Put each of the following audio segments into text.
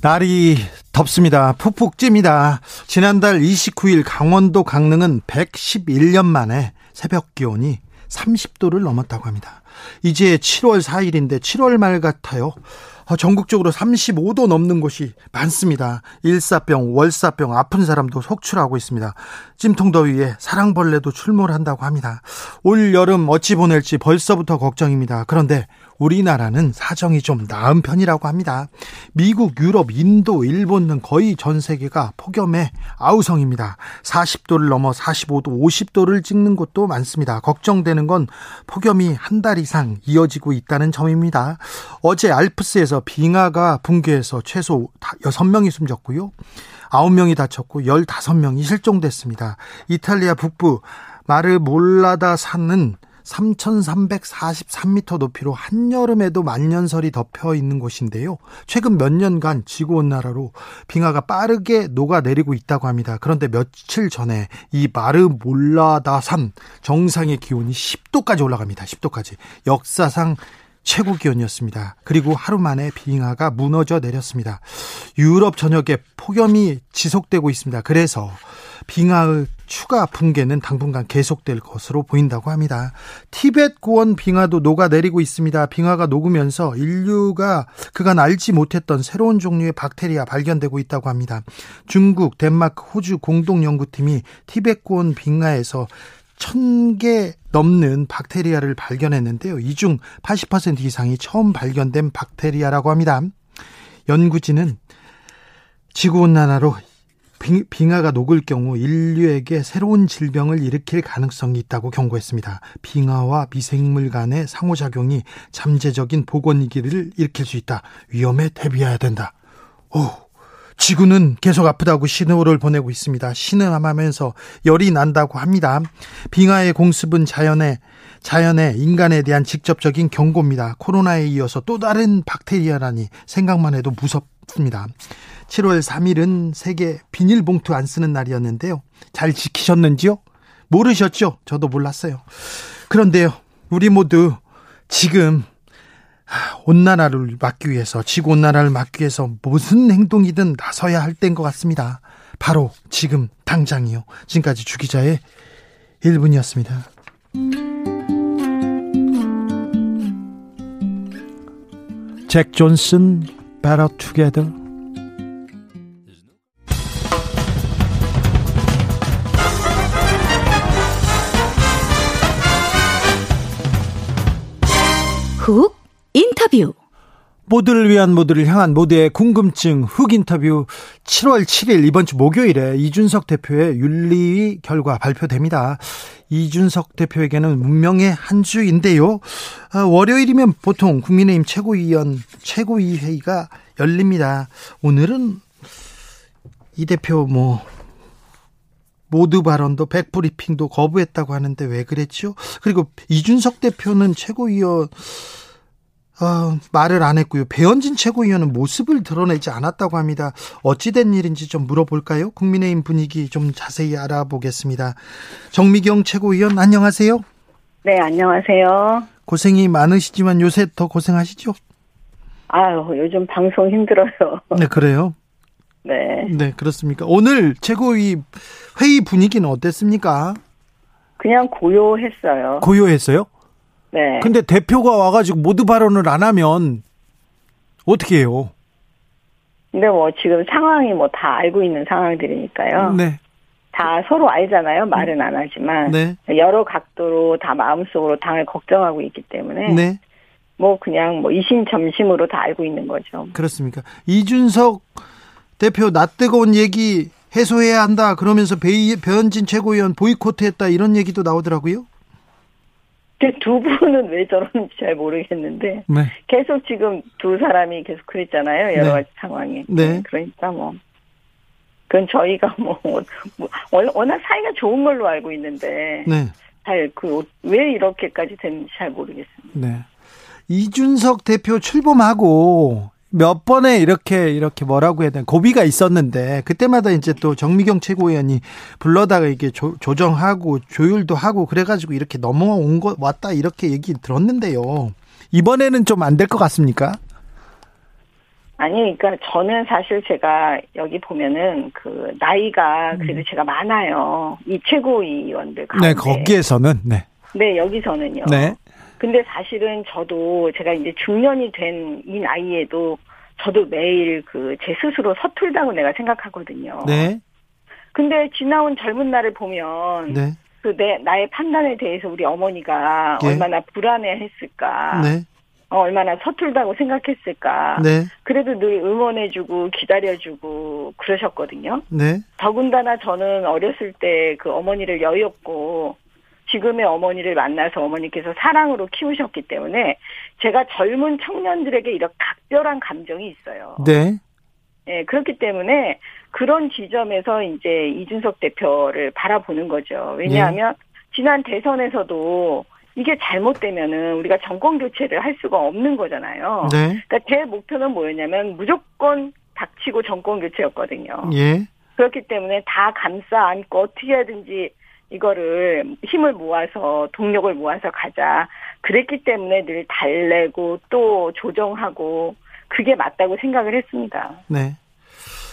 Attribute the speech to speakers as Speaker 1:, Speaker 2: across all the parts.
Speaker 1: 날이 덥습니다. 푹푹 찝니다. 지난달 29일 강원도 강릉은 111년 만에 새벽 기온이 30도를 넘었다고 합니다. 이제 7월 4일인데 7월 말 같아요. 어, 전국적으로 35도 넘는 곳이 많습니다. 일사병, 월사병, 아픈 사람도 속출하고 있습니다. 찜통더위에 사랑벌레도 출몰한다고 합니다. 올 여름 어찌 보낼지 벌써부터 걱정입니다. 그런데 우리나라는 사정이 좀 나은 편이라고 합니다. 미국, 유럽, 인도, 일본 등 거의 전 세계가 폭염에 아우성입니다. 40도를 넘어 45도, 50도를 찍는 곳도 많습니다. 걱정되는 건 폭염이 한 달 이상 이어지고 있다는 점입니다. 어제 알프스에서 빙하가 붕괴해서 최소 6명이 숨졌고요. 9명이 다쳤고 15명이 실종됐습니다. 이탈리아 북부 마르 몰라다 산은 3,343m 높이로 한여름에도 만년설이 덮여 있는 곳인데요. 최근 몇 년간 지구온난화로 빙하가 빠르게 녹아내리고 있다고 합니다. 그런데 며칠 전에 이 마르몰라다산 정상의 기온이 10도까지 올라갑니다. 10도까지. 역사상 최고 기온이었습니다. 그리고 하루 만에 빙하가 무너져 내렸습니다. 유럽 전역에 폭염이 지속되고 있습니다. 그래서 빙하의 추가 붕괴는 당분간 계속될 것으로 보인다고 합니다. 티벳 고원 빙하도 녹아내리고 있습니다. 빙하가 녹으면서 인류가 그간 알지 못했던 새로운 종류의 박테리아 발견되고 있다고 합니다. 중국, 덴마크, 호주 공동연구팀이 티벳 고원 빙하에서 천 개 넘는 박테리아를 발견했는데요. 이 중 80% 이상이 처음 발견된 박테리아라고 합니다. 연구진은 지구온난화로 빙, 하가 녹을 경우 인류에게 새로운 질병을 일으킬 가능성이 있다고 경고했습니다. 빙하와 미생물 간의 상호작용이 잠재적인 보건위기를 일으킬 수 있다. 위험에 대비해야 된다. 오, 지구는 계속 아프다고 신호를 보내고 있습니다. 신음하면서 열이 난다고 합니다. 빙하의 공습은 자연의 자연의 인간에 대한 직접적인 경고입니다. 코로나에 이어서 또 다른 박테리아라니 생각만 해도 무섭습니다. 7월 3일은 세계 비닐봉투 안 쓰는 날이었는데요. 잘 지키셨는지요? 모르셨죠? 저도 몰랐어요. 그런데요, 우리 모두 지금 온난화를 막기 위해서, 지구 온난화를 막기 위해서 무슨 행동이든 나서야 할 때인 것 같습니다. 바로 지금 당장이요. 지금까지 주기자의 1분이었습니다. 잭 존슨, Better Together.
Speaker 2: 훅 인터뷰
Speaker 1: 모두를 위한 모두를 향한 모두의 궁금증 흑 인터뷰 7월 7일 이번 주 목요일에 이준석 대표의 윤리위 결과 발표됩니다. 이준석 대표에게는 문명의 한 주인데요. 아, 월요일이면 보통 국민의힘 최고위원 최고위회의가 열립니다. 오늘은 이 대표 뭐 모두 발언도 백브리핑도 거부했다고 하는데 왜 그랬죠? 그리고 이준석 대표는 최고위원 어, 말을 안 했고요. 배현진 최고위원은 모습을 드러내지 않았다고 합니다. 어찌된 일인지 좀 물어볼까요? 국민의힘 분위기 좀 자세히 알아보겠습니다. 정미경 최고위원 안녕하세요.
Speaker 3: 네, 안녕하세요.
Speaker 1: 고생이 많으시지만 요새 더 고생하시죠?
Speaker 3: 아유, 요즘 방송 힘들어요.
Speaker 1: 네, 그래요.
Speaker 3: 네.
Speaker 1: 네, 그렇습니까? 오늘 최고위 회의 분위기는 어땠습니까?
Speaker 3: 그냥 고요했어요.
Speaker 1: 고요했어요?
Speaker 3: 네.
Speaker 1: 근데 대표가 와가지고 모두 발언을 안 하면 어떻게 해요?
Speaker 3: 근데 뭐 지금 상황이 뭐 다 알고 있는 상황들이니까요.
Speaker 1: 네,
Speaker 3: 다 서로 알잖아요. 말은 안 하지만.
Speaker 1: 네,
Speaker 3: 여러 각도로 다 마음속으로 당을 걱정하고 있기 때문에.
Speaker 1: 네,
Speaker 3: 뭐 그냥 뭐 이심점심으로 다 알고 있는 거죠.
Speaker 1: 그렇습니까? 이준석 대표 나 뜨거운 얘기 해소해야 한다 그러면서 배, 배현진 최고위원 보이콧했다 이런 얘기도 나오더라고요.
Speaker 3: 근데 두 분은 왜 저러는지 잘 모르겠는데
Speaker 1: 네.
Speaker 3: 계속 지금 두 사람이 계속 그랬잖아요. 여러
Speaker 1: 네.
Speaker 3: 가지 상황이.
Speaker 1: 네.
Speaker 3: 그러니까 뭐 그건 저희가 뭐, 뭐 워- 워낙 사이가 좋은 걸로 알고 있는데
Speaker 1: 네.
Speaker 3: 잘 그 왜 이렇게까지 됐는지 잘 모르겠습니다.
Speaker 1: 네. 이준석 대표 출범하고 몇 번에 이렇게 이렇게 뭐라고 해야 되나 고비가 있었는데 그때마다 이제 또 정미경 최고위원이 불러다가 이게 조, 조정하고 조율도 하고 그래가지고 이렇게 넘어온 거 왔다 이렇게 얘기 들었는데요. 이번에는 좀 안 될 것 같습니까?
Speaker 3: 아니 그러니까 저는 사실 제가 여기 보면은 그 나이가 그래도 제가 많아요. 이 최고위원들
Speaker 1: 음.
Speaker 3: 가운데.
Speaker 1: 네, 거기에서는 네,
Speaker 3: 네, 여기서는요.
Speaker 1: 네,
Speaker 3: 근데 사실은 저도 제가 이제 중년이 된 이 나이에도 저도 매일 그 제 스스로 서툴다고 내가 생각하거든요.
Speaker 1: 네,
Speaker 3: 근데 지나온 젊은 날을 보면
Speaker 1: 네,
Speaker 3: 그 내 나의 판단에 대해서 우리 어머니가
Speaker 1: 예.
Speaker 3: 얼마나 불안해했을까,
Speaker 1: 네,
Speaker 3: 어, 얼마나 서툴다고 생각했을까.
Speaker 1: 네,
Speaker 3: 그래도 늘 응원해주고 기다려주고 그러셨거든요.
Speaker 1: 네,
Speaker 3: 더군다나 저는 어렸을 때 그 어머니를 여였고 지금의 어머니를 만나서 어머니께서 사랑으로 키우셨기 때문에 제가 젊은 청년들에게 이런 각별한 감정이 있어요.
Speaker 1: 네,
Speaker 3: 예, 그렇기 때문에 그런 지점에서 이제 이준석 대표를 바라보는 거죠. 왜냐하면
Speaker 1: 네.
Speaker 3: 지난 대선에서도 이게 잘못되면은 우리가 정권 교체를 할 수가 없는 거잖아요.
Speaker 1: 네,
Speaker 3: 그러니까 제 목표는 뭐였냐면 무조건 닥치고 정권 교체였거든요.
Speaker 1: 예,
Speaker 3: 그렇기 때문에 다 감싸 안고 어떻게 하든지 이거를 힘을 모아서 동력을 모아서 가자. 그랬기 때문에 늘 달래고 또 조정하고 그게 맞다고 생각을 했습니다.
Speaker 1: 네.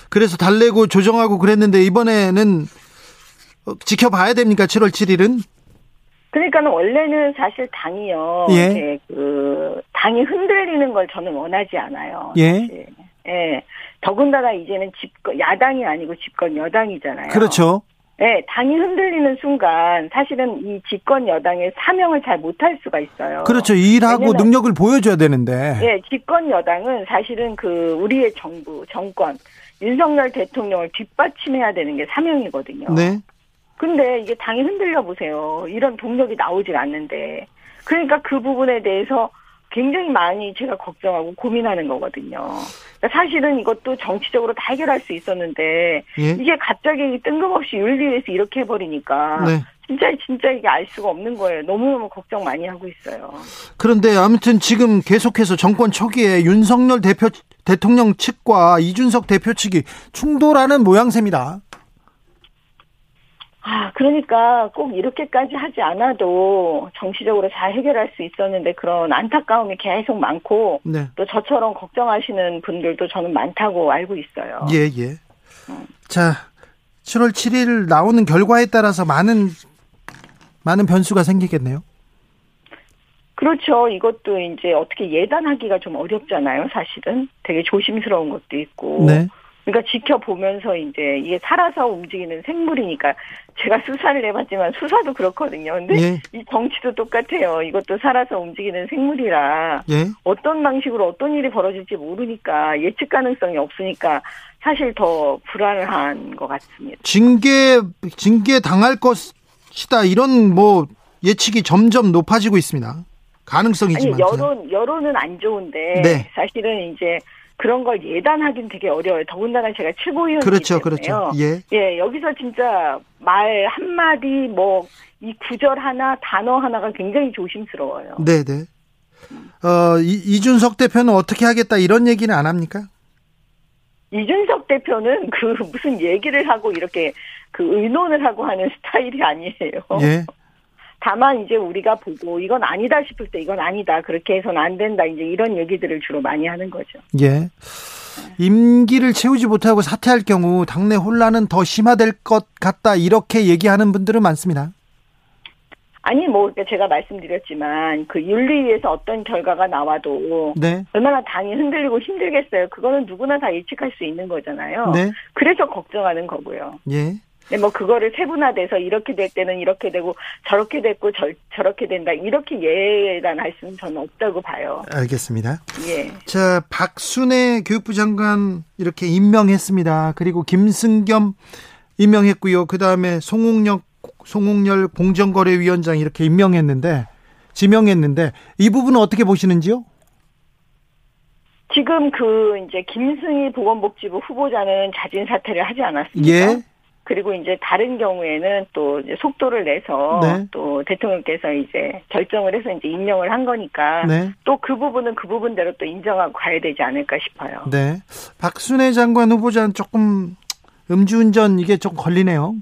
Speaker 1: 그래서 달래고 조정하고 그랬는데 이번에는 어, 지켜봐야 됩니까? 7월 7일은?
Speaker 3: 그러니까 는 원래는 사실 당이요.
Speaker 1: 예.
Speaker 3: 이렇게 그 당이 흔들리는 걸 저는 원하지 않아요.
Speaker 1: 예.
Speaker 3: 사실. 예. 더군다나 이제는 집권 야당이 아니고 집권 여당이잖아요.
Speaker 1: 그렇죠.
Speaker 3: 예, 당이 흔들리는 순간 사실은 이 집권 여당의 사명을 잘 못할 수가 있어요.
Speaker 1: 그렇죠. 일하고
Speaker 3: 왜냐면-
Speaker 1: 능력을 보여줘야 되는데.
Speaker 3: 예, 집권 여당은 사실은 그 우리의 정부, 정권, 윤석열 대통령을 뒷받침해야 되는 게 사명이거든요.
Speaker 1: 네.
Speaker 3: 근데 이게 당이 흔들려 보세요. 이런 동력이 나오질 않는데. 그러니까 그 부분에 대해서 굉장히 많이 제가 걱정하고 고민하는 거거든요. 그러니까 사실은 이것도 정치적으로 다 해결할 수 있었는데
Speaker 1: 예.
Speaker 3: 이게 갑자기 뜬금없이 윤리위에서 이렇게 해버리니까
Speaker 1: 네.
Speaker 3: 진짜 진짜 이게 알 수가 없는 거예요. 너무너무 걱정 많이 하고 있어요.
Speaker 1: 그런데 아무튼 지금 계속해서 정권 초기에 윤석열 대표 대통령 측과 이준석 대표 측이 충돌하는 모양새입니다.
Speaker 3: 아, 그러니까 꼭 이렇게까지 하지 않아도 정치적으로 잘 해결할 수 있었는데 그런 안타까움이 계속 많고
Speaker 1: 네.
Speaker 3: 또 저처럼 걱정하시는 분들도 저는 많다고 알고 있어요.
Speaker 1: 예, 예. 자, 7월 7일 나오는 결과에 따라서 많은 많은 변수가 생기겠네요.
Speaker 3: 그렇죠. 이것도 이제 어떻게 예단하기가 좀 어렵잖아요, 사실은. 되게 조심스러운 것도 있고.
Speaker 1: 네.
Speaker 3: 그러니까 지켜보면서 이제 이게 살아서 움직이는 생물이니까 제가 수사를 해봤지만 수사도 그렇거든요. 근데
Speaker 1: 예.
Speaker 3: 이 정치도 똑같아요. 이것도 살아서 움직이는 생물이라
Speaker 1: 예.
Speaker 3: 어떤 방식으로 어떤 일이 벌어질지 모르니까 예측 가능성이 없으니까 사실 더 불안한 것 같습니다.
Speaker 1: 징계 징계 당할 것이다. 이런 뭐 예측이 점점 높아지고 있습니다.
Speaker 3: 아니
Speaker 1: 가능성이지만.
Speaker 3: 여론 여론은 안 좋은데
Speaker 1: 네.
Speaker 3: 사실은 이제 그런 걸 예단하긴 되게 어려워요. 더군다나 제가 최고위원이기
Speaker 1: 그렇죠.
Speaker 3: 때문에요.
Speaker 1: 그렇죠. 예.
Speaker 3: 예, 여기서 진짜 말 한마디, 뭐, 이 구절 하나, 단어 하나가 굉장히 조심스러워요.
Speaker 1: 네, 네. 어, 이, 이준석 대표는 어떻게 하겠다 이런 얘기는 안 합니까?
Speaker 3: 이준석 대표는 그 무슨 얘기를 하고 이렇게 그 의논을 하고 하는 스타일이 아니에요.
Speaker 1: 예.
Speaker 3: 다만 이제 우리가 보고 이건 아니다 싶을 때 이건 아니다. 그렇게 해서는 안 된다. 이제 이런 얘기들을 주로 많이 하는 거죠.
Speaker 1: 예. 임기를 채우지 못하고 사퇴할 경우 당내 혼란은 더 심화될 것 같다 이렇게 얘기하는 분들은 많습니다.
Speaker 3: 아니, 뭐, 제가 말씀드렸지만 그 윤리위에서 어떤 결과가 나와도
Speaker 1: 네.
Speaker 3: 얼마나 당이 흔들리고 힘들겠어요. 그거는 누구나 다 예측할 수 있는 거잖아요.
Speaker 1: 네.
Speaker 3: 그래서 걱정하는 거고요.
Speaker 1: 예.
Speaker 3: 근데 뭐 그거를 세분화돼서 이렇게 될 때는 이렇게 되고 저렇게 됐고 저, 저렇게 된다 이렇게 예단할 수는 저는 없다고 봐요.
Speaker 1: 알겠습니다.
Speaker 3: 예.
Speaker 1: 자, 박순애 교육부 장관 이렇게 임명했습니다. 그리고 김승겸 임명했고요. 그다음에 송홍역 송홍열 공정거래위원장 이렇게 임명했는데 지명했는데 이 부분은 어떻게 보시는지요?
Speaker 3: 지금 그 이제 김승희 보건복지부 후보자는 자진 사퇴를 하지 않았습니까?
Speaker 1: 예.
Speaker 3: 그리고 이제 다른 경우에는 또 이제 속도를 내서
Speaker 1: 네.
Speaker 3: 또 대통령께서 이제 결정을 해서 이제 임명을 한 거니까
Speaker 1: 네.
Speaker 3: 또 그 부분은 그 부분대로 또 인정하고 가야 되지 않을까 싶어요.
Speaker 1: 네. 박순애 장관 후보자는 조금 음주운전 이게 좀 걸리네요.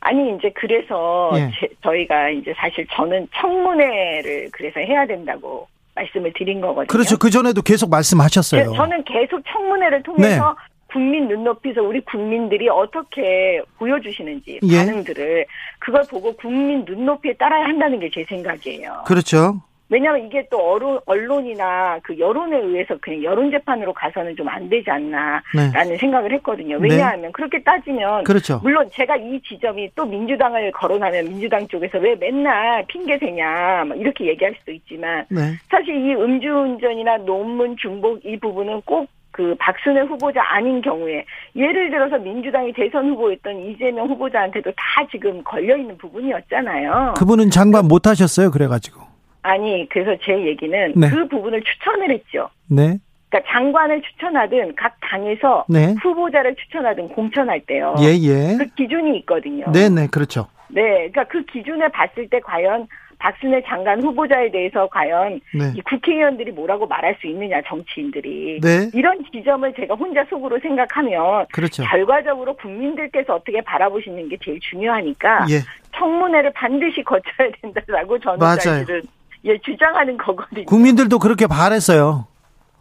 Speaker 3: 아니 이제 그래서
Speaker 1: 예.
Speaker 3: 제- 저희가 이제 사실 저는 청문회를 그래서 해야 된다고 말씀을 드린 거거든요.
Speaker 1: 그렇죠. 그 전에도 계속 말씀하셨어요. 네.
Speaker 3: 예, 저는 계속 청문회를 통해서 국민 눈높이에서 우리 국민들이 어떻게 보여주시는지
Speaker 1: 예.
Speaker 3: 반응들을 그걸 보고 국민 눈높이에 따라야 한다는 게 제 생각이에요.
Speaker 1: 그렇죠.
Speaker 3: 왜냐하면 이게 또 어로- 언론이나 그 여론에 의해서 그냥 여론 재판으로 가서는 좀 안 되지
Speaker 1: 네.
Speaker 3: 않나라는 생각을 했거든요.
Speaker 1: 네.
Speaker 3: 왜냐하면 그렇게 따지면
Speaker 1: 그렇죠.
Speaker 3: 물론 제가 이 지점이 또 민주당을 거론하면 민주당 쪽에서 왜 맨날 핑계대냐 막 이렇게 얘기할 수도 있지만
Speaker 1: 네.
Speaker 3: 사실 이 음주운전이나 논문 중복 이 부분은 꼭 그 박순애 후보자 아닌 경우에 예를 들어서 민주당이 대선 후보였던 이재명 후보자한테도 다 지금 걸려 있는 부분이었잖아요.
Speaker 1: 그분은 장관 못 하셨어요. 그래 가지고.
Speaker 3: 아니 그래서 제 얘기는
Speaker 1: 네.
Speaker 3: 그 부분을 추천을 했죠.
Speaker 1: 네.
Speaker 3: 그러니까 장관을 추천하든 각 당에서
Speaker 1: 네.
Speaker 3: 후보자를 추천하든 공천할 때요.
Speaker 1: 예, 예.
Speaker 3: 그 기준이 있거든요.
Speaker 1: 네, 네. 그렇죠.
Speaker 3: 네, 그러니까 그 기준에 봤을 때 과연 박순애 장관 후보자에 대해서 과연
Speaker 1: 네.
Speaker 3: 이 국회의원들이 뭐라고 말할 수 있느냐 정치인들이
Speaker 1: 네.
Speaker 3: 이런 지점을 제가 혼자 속으로 생각하면
Speaker 1: 그렇죠.
Speaker 3: 결과적으로 국민들께서 어떻게 바라보시는 게 제일 중요하니까
Speaker 1: 예.
Speaker 3: 청문회를 반드시 거쳐야 된다라고 저는
Speaker 1: 맞아요.
Speaker 3: 사실은 예 주장하는 거거든요.
Speaker 1: 국민들도 그렇게 바랬어요.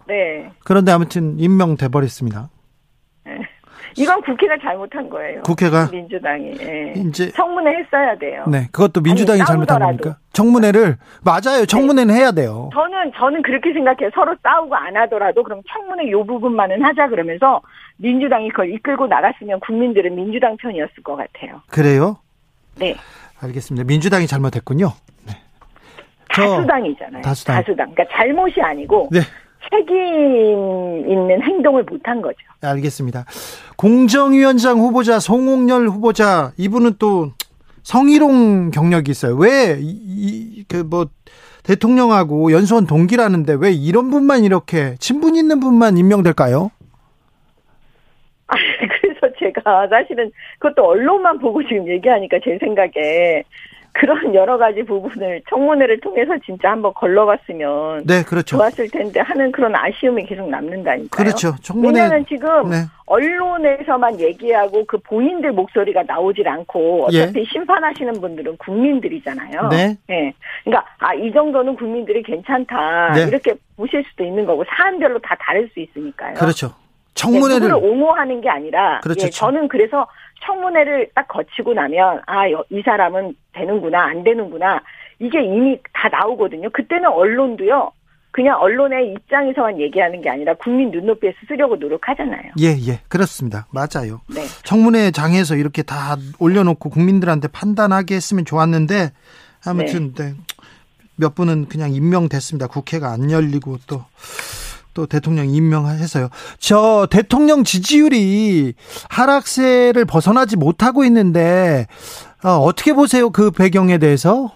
Speaker 3: 네,
Speaker 1: 그런데 아무튼 임명돼 버렸습니다.
Speaker 3: 이건 국회가 잘못한 거예요.
Speaker 1: 국회가
Speaker 3: 민주당이 예.
Speaker 1: 이제
Speaker 3: 청문회 했어야 돼요.
Speaker 1: 네, 그것도 민주당이
Speaker 3: 아니,
Speaker 1: 잘못한
Speaker 3: 싸우더라도. 네.
Speaker 1: 겁니까? 청문회를 맞아요. 청문회는 해야 돼요.
Speaker 3: 저는 저는 그렇게 생각해요. 서로 싸우고 안 하더라도 그럼 청문회 요 부분만은 하자 그러면서 민주당이 그걸 이끌고 나갔으면 국민들은 민주당 편이었을 것 같아요.
Speaker 1: 그래요?
Speaker 3: 네.
Speaker 1: 알겠습니다. 민주당이 잘못했군요. 저-
Speaker 3: 다수당이잖아요.
Speaker 1: 다수당.
Speaker 3: 그러니까 잘못이 아니고
Speaker 1: 네,
Speaker 3: 책임 있는 행동을 못 한 거죠.
Speaker 1: 네, 알겠습니다. 공정위원장 후보자 송홍열 후보자 이분은 또 성희롱 경력이 있어요. 왜이그뭐 대통령하고 연수원 동기라는데 왜 이런 분만 이렇게 친분 있는 분만 임명될까요?
Speaker 3: 아, 그래서 제가 사실은 그것도 언론만 보고 지금 얘기하니까 제 생각에 그런 여러 가지 부분을 청문회를 통해서 진짜 한번 걸러갔으면
Speaker 1: 네, 그렇죠.
Speaker 3: 좋았을 텐데 하는 그런 아쉬움이 계속 남는다니까요.
Speaker 1: 그렇죠. 청문회
Speaker 3: 왜냐하면 지금
Speaker 1: 네.
Speaker 3: 언론에서만 얘기하고 그 본인들 목소리가 나오질 않고 어차피 심판하시는 분들은 국민들이잖아요.
Speaker 1: 예. 네.
Speaker 3: 예. 그러니까 아 이 정도는 국민들이 괜찮다
Speaker 1: 네.
Speaker 3: 이렇게 보실 수도 있는 거고 사안별로 다 다를 수 있으니까요.
Speaker 1: 그렇죠.
Speaker 3: 를
Speaker 1: 청문회를
Speaker 3: 옹호하는 게 아니라
Speaker 1: 그렇죠.
Speaker 3: 예, 저는 그래서 청문회를 딱 거치고 나면 아 이 사람은 되는구나 안 되는구나 이게 이미 다 나오거든요. 그때는 언론도요. 그냥 언론의 입장에서만 얘기하는 게 아니라 국민 눈높이에 쓰려고 노력하잖아요.
Speaker 1: 예, 예. 그렇습니다. 맞아요.
Speaker 3: 네.
Speaker 1: 청문회 장에서 이렇게 다 올려놓고 국민들한테 판단하게 했으면 좋았는데 아무튼 네. 몇 분은 그냥 임명됐습니다. 국회가 안 열리고 또. 또 대통령 임명해서요. 저 대통령 지지율이 하락세를 벗어나지 못하고 있는데 어, 어떻게 보세요? 그 배경에 대해서?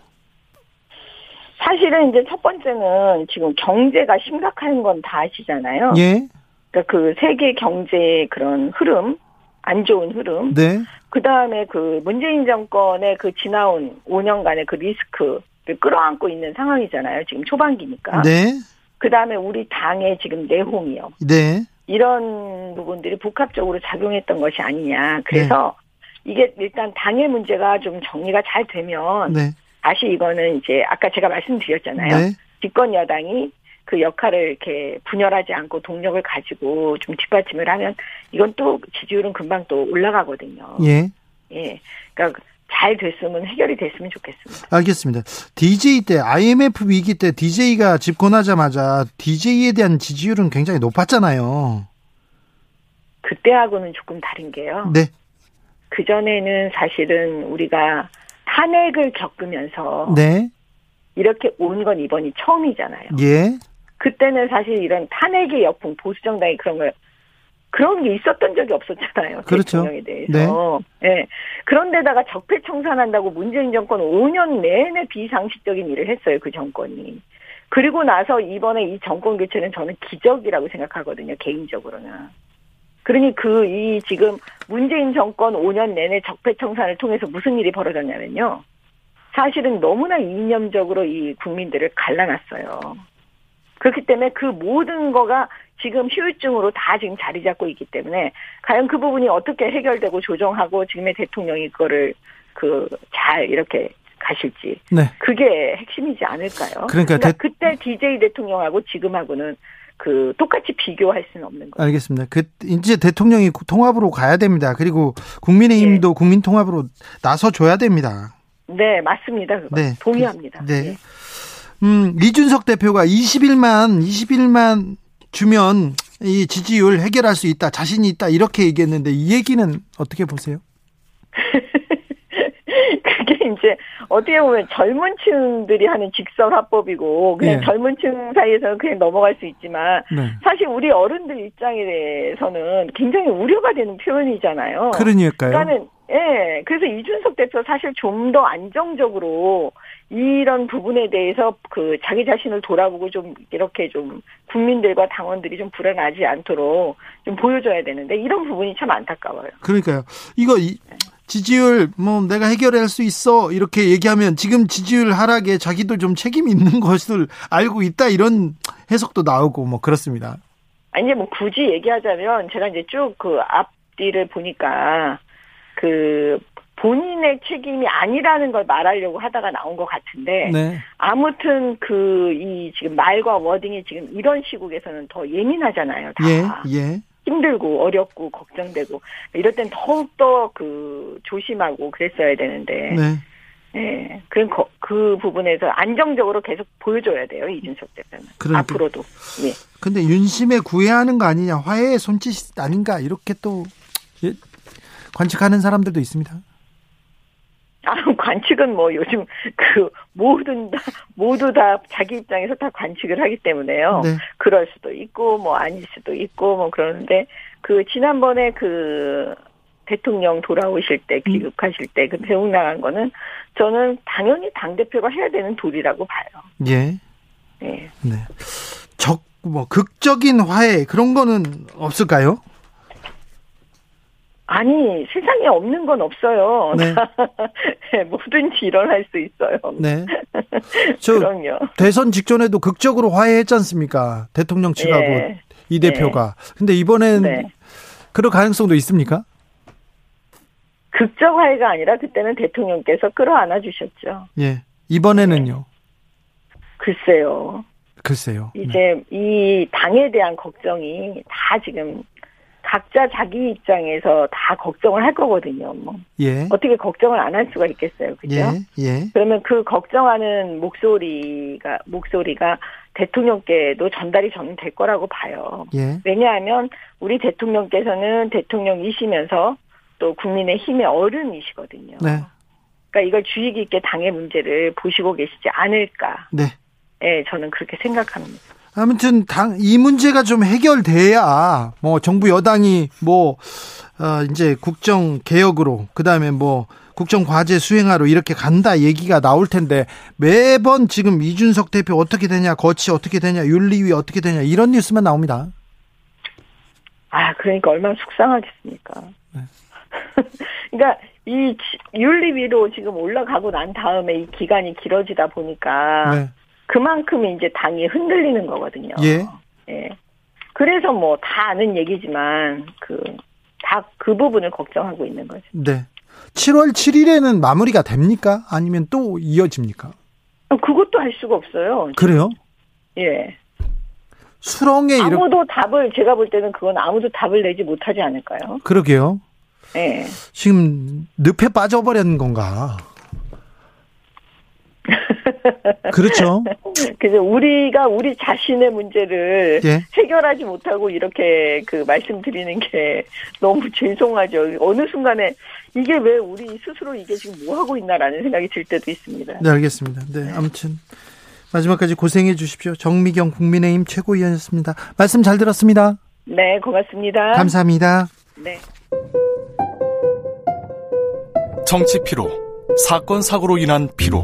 Speaker 3: 사실은 이제 첫 번째는 지금 경제가 심각한 건 다 아시잖아요.
Speaker 1: 예,
Speaker 3: 그러니까 그 세계 경제의 그런 흐름, 안 좋은 흐름.
Speaker 1: 네,
Speaker 3: 그 다음에 그 문재인 정권의 그 지나온 5년간의 그 리스크를 끌어안고 있는 상황이잖아요. 지금 초반기니까.
Speaker 1: 네,
Speaker 3: 그 다음에 우리 당의 지금 내홍이요.
Speaker 1: 네,
Speaker 3: 이런 부분들이 복합적으로 작용했던 것이 아니냐. 그래서
Speaker 1: 네.
Speaker 3: 이게 일단 당의 문제가 좀 정리가 잘 되면
Speaker 1: 네,
Speaker 3: 다시 이거는 이제 아까 제가 말씀드렸잖아요.
Speaker 1: 네,
Speaker 3: 집권 여당이 그 역할을 이렇게 분열하지 않고 동력을 가지고 좀 뒷받침을 하면 이건 또 지지율은 금방 또 올라가거든요.
Speaker 1: 예.
Speaker 3: 예. 그러니까 잘 됐으면 해결이 됐으면 좋겠습니다.
Speaker 1: 알겠습니다. DJ 때 IMF 위기 때 DJ가 집권하자마자 DJ에 대한 지지율은 굉장히 높았잖아요.
Speaker 3: 그때하고는 조금 다른 게요.
Speaker 1: 네,
Speaker 3: 그 전에는 사실은 우리가 탄핵을 겪으면서
Speaker 1: 네,
Speaker 3: 이렇게 온 건 이번이 처음이잖아요.
Speaker 1: 예,
Speaker 3: 그때는 사실 이런 탄핵의 역풍 보수 정당이 그런 걸 그런 게 있었던 적이 없었잖아요.
Speaker 1: 그렇죠.
Speaker 3: 대통령에 대해서. 예. 그런데다가 적폐청산한다고 문재인 정권 5년 내내 비상식적인 일을 했어요. 그 정권이. 그리고 나서 이번에 이 정권 교체는 저는 기적이라고 생각하거든요. 개인적으로는. 그러니 그 이 지금 문재인 정권 5년 내내 적폐청산을 통해서 무슨 일이 벌어졌냐면요. 사실은 너무나 이념적으로 이 국민들을 갈라놨어요. 그렇기 때문에 그 모든 거가 지금 휴유증으로 다 지금 자리 잡고 있기 때문에 과연 그 부분이 어떻게 해결되고 조정하고 지금의 대통령이 그거를 그 잘 이렇게 가실지
Speaker 1: 네.
Speaker 3: 그게 핵심이지 않을까요?
Speaker 1: 그러니까 대-
Speaker 3: 그때 DJ 대통령하고 지금하고는 그 똑같이 비교할 수는 없는 거예요.
Speaker 1: 알겠습니다. 그 이제 대통령이 통합으로 가야 됩니다. 그리고 국민의힘도
Speaker 3: 예.
Speaker 1: 국민 통합으로 나서 줘야 됩니다.
Speaker 3: 네, 맞습니다. 그거.
Speaker 1: 네.
Speaker 3: 동의합니다. 예.
Speaker 1: 네. 음, 이준석 대표가 20일만 20일만 주면 이 지지율 해결할 수 있다. 자신이 있다. 이렇게 얘기했는데 이 얘기는 어떻게 보세요?
Speaker 3: 그게 이제 어떻게 보면 젊은 층들이 하는 직설 화법이고 그냥
Speaker 1: 예.
Speaker 3: 젊은 층 사이에서는 그냥 넘어갈 수 있지만
Speaker 1: 네.
Speaker 3: 사실 우리 어른들 입장에 대해서는 굉장히 우려가 되는 표현이잖아요.
Speaker 1: 그렇죠. 그러니까요.
Speaker 3: 그러니까는 예, 그래서 이준석 대표 사실 좀 더 안정적으로 이런 부분에 대해서 그 자기 자신을 돌아보고 좀 이렇게 좀 국민들과 당원들이 좀 불안하지 않도록 좀 보여줘야 되는데 이런 부분이 참 안타까워요.
Speaker 1: 그러니까요. 이거 이- 지지율 뭐 내가 해결할 수 있어 이렇게 얘기하면 지금 지지율 하락에 자기도 좀 책임이 있는 것을 알고 있다 이런 해석도 나오고 뭐 그렇습니다.
Speaker 3: 아니, 이제 뭐 굳이 얘기하자면 제가 이제 쭉 그 앞뒤를 보니까 그 본인의 책임이 아니라는 걸 말하려고 하다가 나온 것 같은데
Speaker 1: 네.
Speaker 3: 아무튼 그 이 지금 말과 워딩이 지금 이런 시국에서는 더 예민하잖아요. 다
Speaker 1: 예, 예.
Speaker 3: 힘들고 어렵고 걱정되고 이럴 땐 더욱 더 그 조심하고 그랬어야 되는데
Speaker 1: 네.
Speaker 3: 예. 그런 거- 그 부분에서 안정적으로 계속 보여줘야 돼요 이준석 대표는
Speaker 1: 그러니까.
Speaker 3: 앞으로도 예.
Speaker 1: 근데 윤심에 구애하는 거 아니냐, 화해의 손짓 아닌가 이렇게 또 예, 관측하는 사람들도 있습니다.
Speaker 3: 아, 관측은 뭐 요즘 그 모든 다, 모두 다 자기 입장에서 다 관측을 하기 때문에요.
Speaker 1: 네.
Speaker 3: 그럴 수도 있고 뭐 아닐 수도 있고 뭐 그러는데 그 지난번에 그 대통령 돌아오실 때
Speaker 1: 음.
Speaker 3: 귀국하실 때 그 배웅 나간 거는 저는 당연히 당 대표가 해야 되는 도리라고 봐요.
Speaker 1: 예.
Speaker 3: 예.
Speaker 1: 네. 적, 뭐, 극적인 화해, 그런 거는 없을까요?
Speaker 3: 아니 세상에 없는 건 없어요.
Speaker 1: 네.
Speaker 3: 예, 뭐든지 일어날 수 있어요.
Speaker 1: 네. 저,
Speaker 3: 그럼요.
Speaker 1: 대선 직전에도 극적으로 화해했지 않습니까? 대통령 측하고
Speaker 3: 예.
Speaker 1: 이 대표가. 근데 이번엔
Speaker 3: 네.
Speaker 1: 그럴 가능성도 있습니까?
Speaker 3: 극적화해가 아니라 그때는 대통령께서 끌어안아 주셨죠.
Speaker 1: 예. 이번에는요.
Speaker 3: 글쎄요.
Speaker 1: 글쎄요. 네.
Speaker 3: 이제 이 당에 대한 걱정이 다 지금 각자 자기 입장에서 다 걱정을 할 거거든요. 뭐
Speaker 1: 예.
Speaker 3: 어떻게 걱정을 안 할 수가 있겠어요, 그죠?
Speaker 1: 예. 예.
Speaker 3: 그러면 그 걱정하는 목소리가 목소리가 대통령께도 전달이 저는 될 거라고 봐요.
Speaker 1: 예.
Speaker 3: 왜냐하면 우리 대통령께서는 대통령이시면서 또 국민의 힘의 어른이시거든요.
Speaker 1: 네.
Speaker 3: 그러니까 이걸 주의 깊게 당의 문제를 보시고 계시지 않을까.
Speaker 1: 네.
Speaker 3: 예, 저는 그렇게 생각합니다.
Speaker 1: 아무튼 당 이 문제가 좀 해결돼야 뭐 정부 여당이 뭐 어, 이제 국정 개혁으로 그다음에 뭐 국정 과제 수행하러 이렇게 간다 얘기가 나올 텐데 매번 지금 이준석 대표 어떻게 되냐 거치 어떻게 되냐 윤리위 어떻게 되냐 이런 뉴스만 나옵니다.
Speaker 3: 아, 그러니까 얼마나 속상하겠습니까.
Speaker 1: 네.
Speaker 3: 그러니까 이 지- 윤리위로 지금 올라가고 난 다음에 이 기간이 길어지다 보니까
Speaker 1: 네.
Speaker 3: 그만큼 이제 당이 흔들리는 거거든요.
Speaker 1: 예.
Speaker 3: 예. 그래서 뭐 다 아는 얘기지만 그 다 그 부분을 걱정하고 있는 거죠.
Speaker 1: 네. 7월 7일에는 마무리가 됩니까? 아니면 또 이어집니까?
Speaker 3: 그것도 할 수가 없어요.
Speaker 1: 그래요?
Speaker 3: 예.
Speaker 1: 수렁에 이렇게
Speaker 3: 아무도 답을 제가 볼 때는 그건 아무도 답을 내지 못하지 않을까요?
Speaker 1: 그러게요.
Speaker 3: 예.
Speaker 1: 지금 늪에 빠져버린 건가? 그렇죠.
Speaker 3: 그래서 우리가 우리 자신의 문제를
Speaker 1: 예.
Speaker 3: 해결하지 못하고 이렇게 그 말씀드리는 게 너무 죄송하죠. 어느 순간에 이게 왜 우리 스스로 이게 지금 뭐 하고 있나라는 생각이 들 때도 있습니다.
Speaker 1: 네, 알겠습니다. 네, 아무튼 마지막까지 고생해 주십시오. 정미경 국민의힘 최고위원이었습니다. 말씀 잘 들었습니다.
Speaker 3: 네, 고맙습니다.
Speaker 1: 감사합니다.
Speaker 3: 네.
Speaker 4: 정치 피로, 사건 사고로 인한 피로,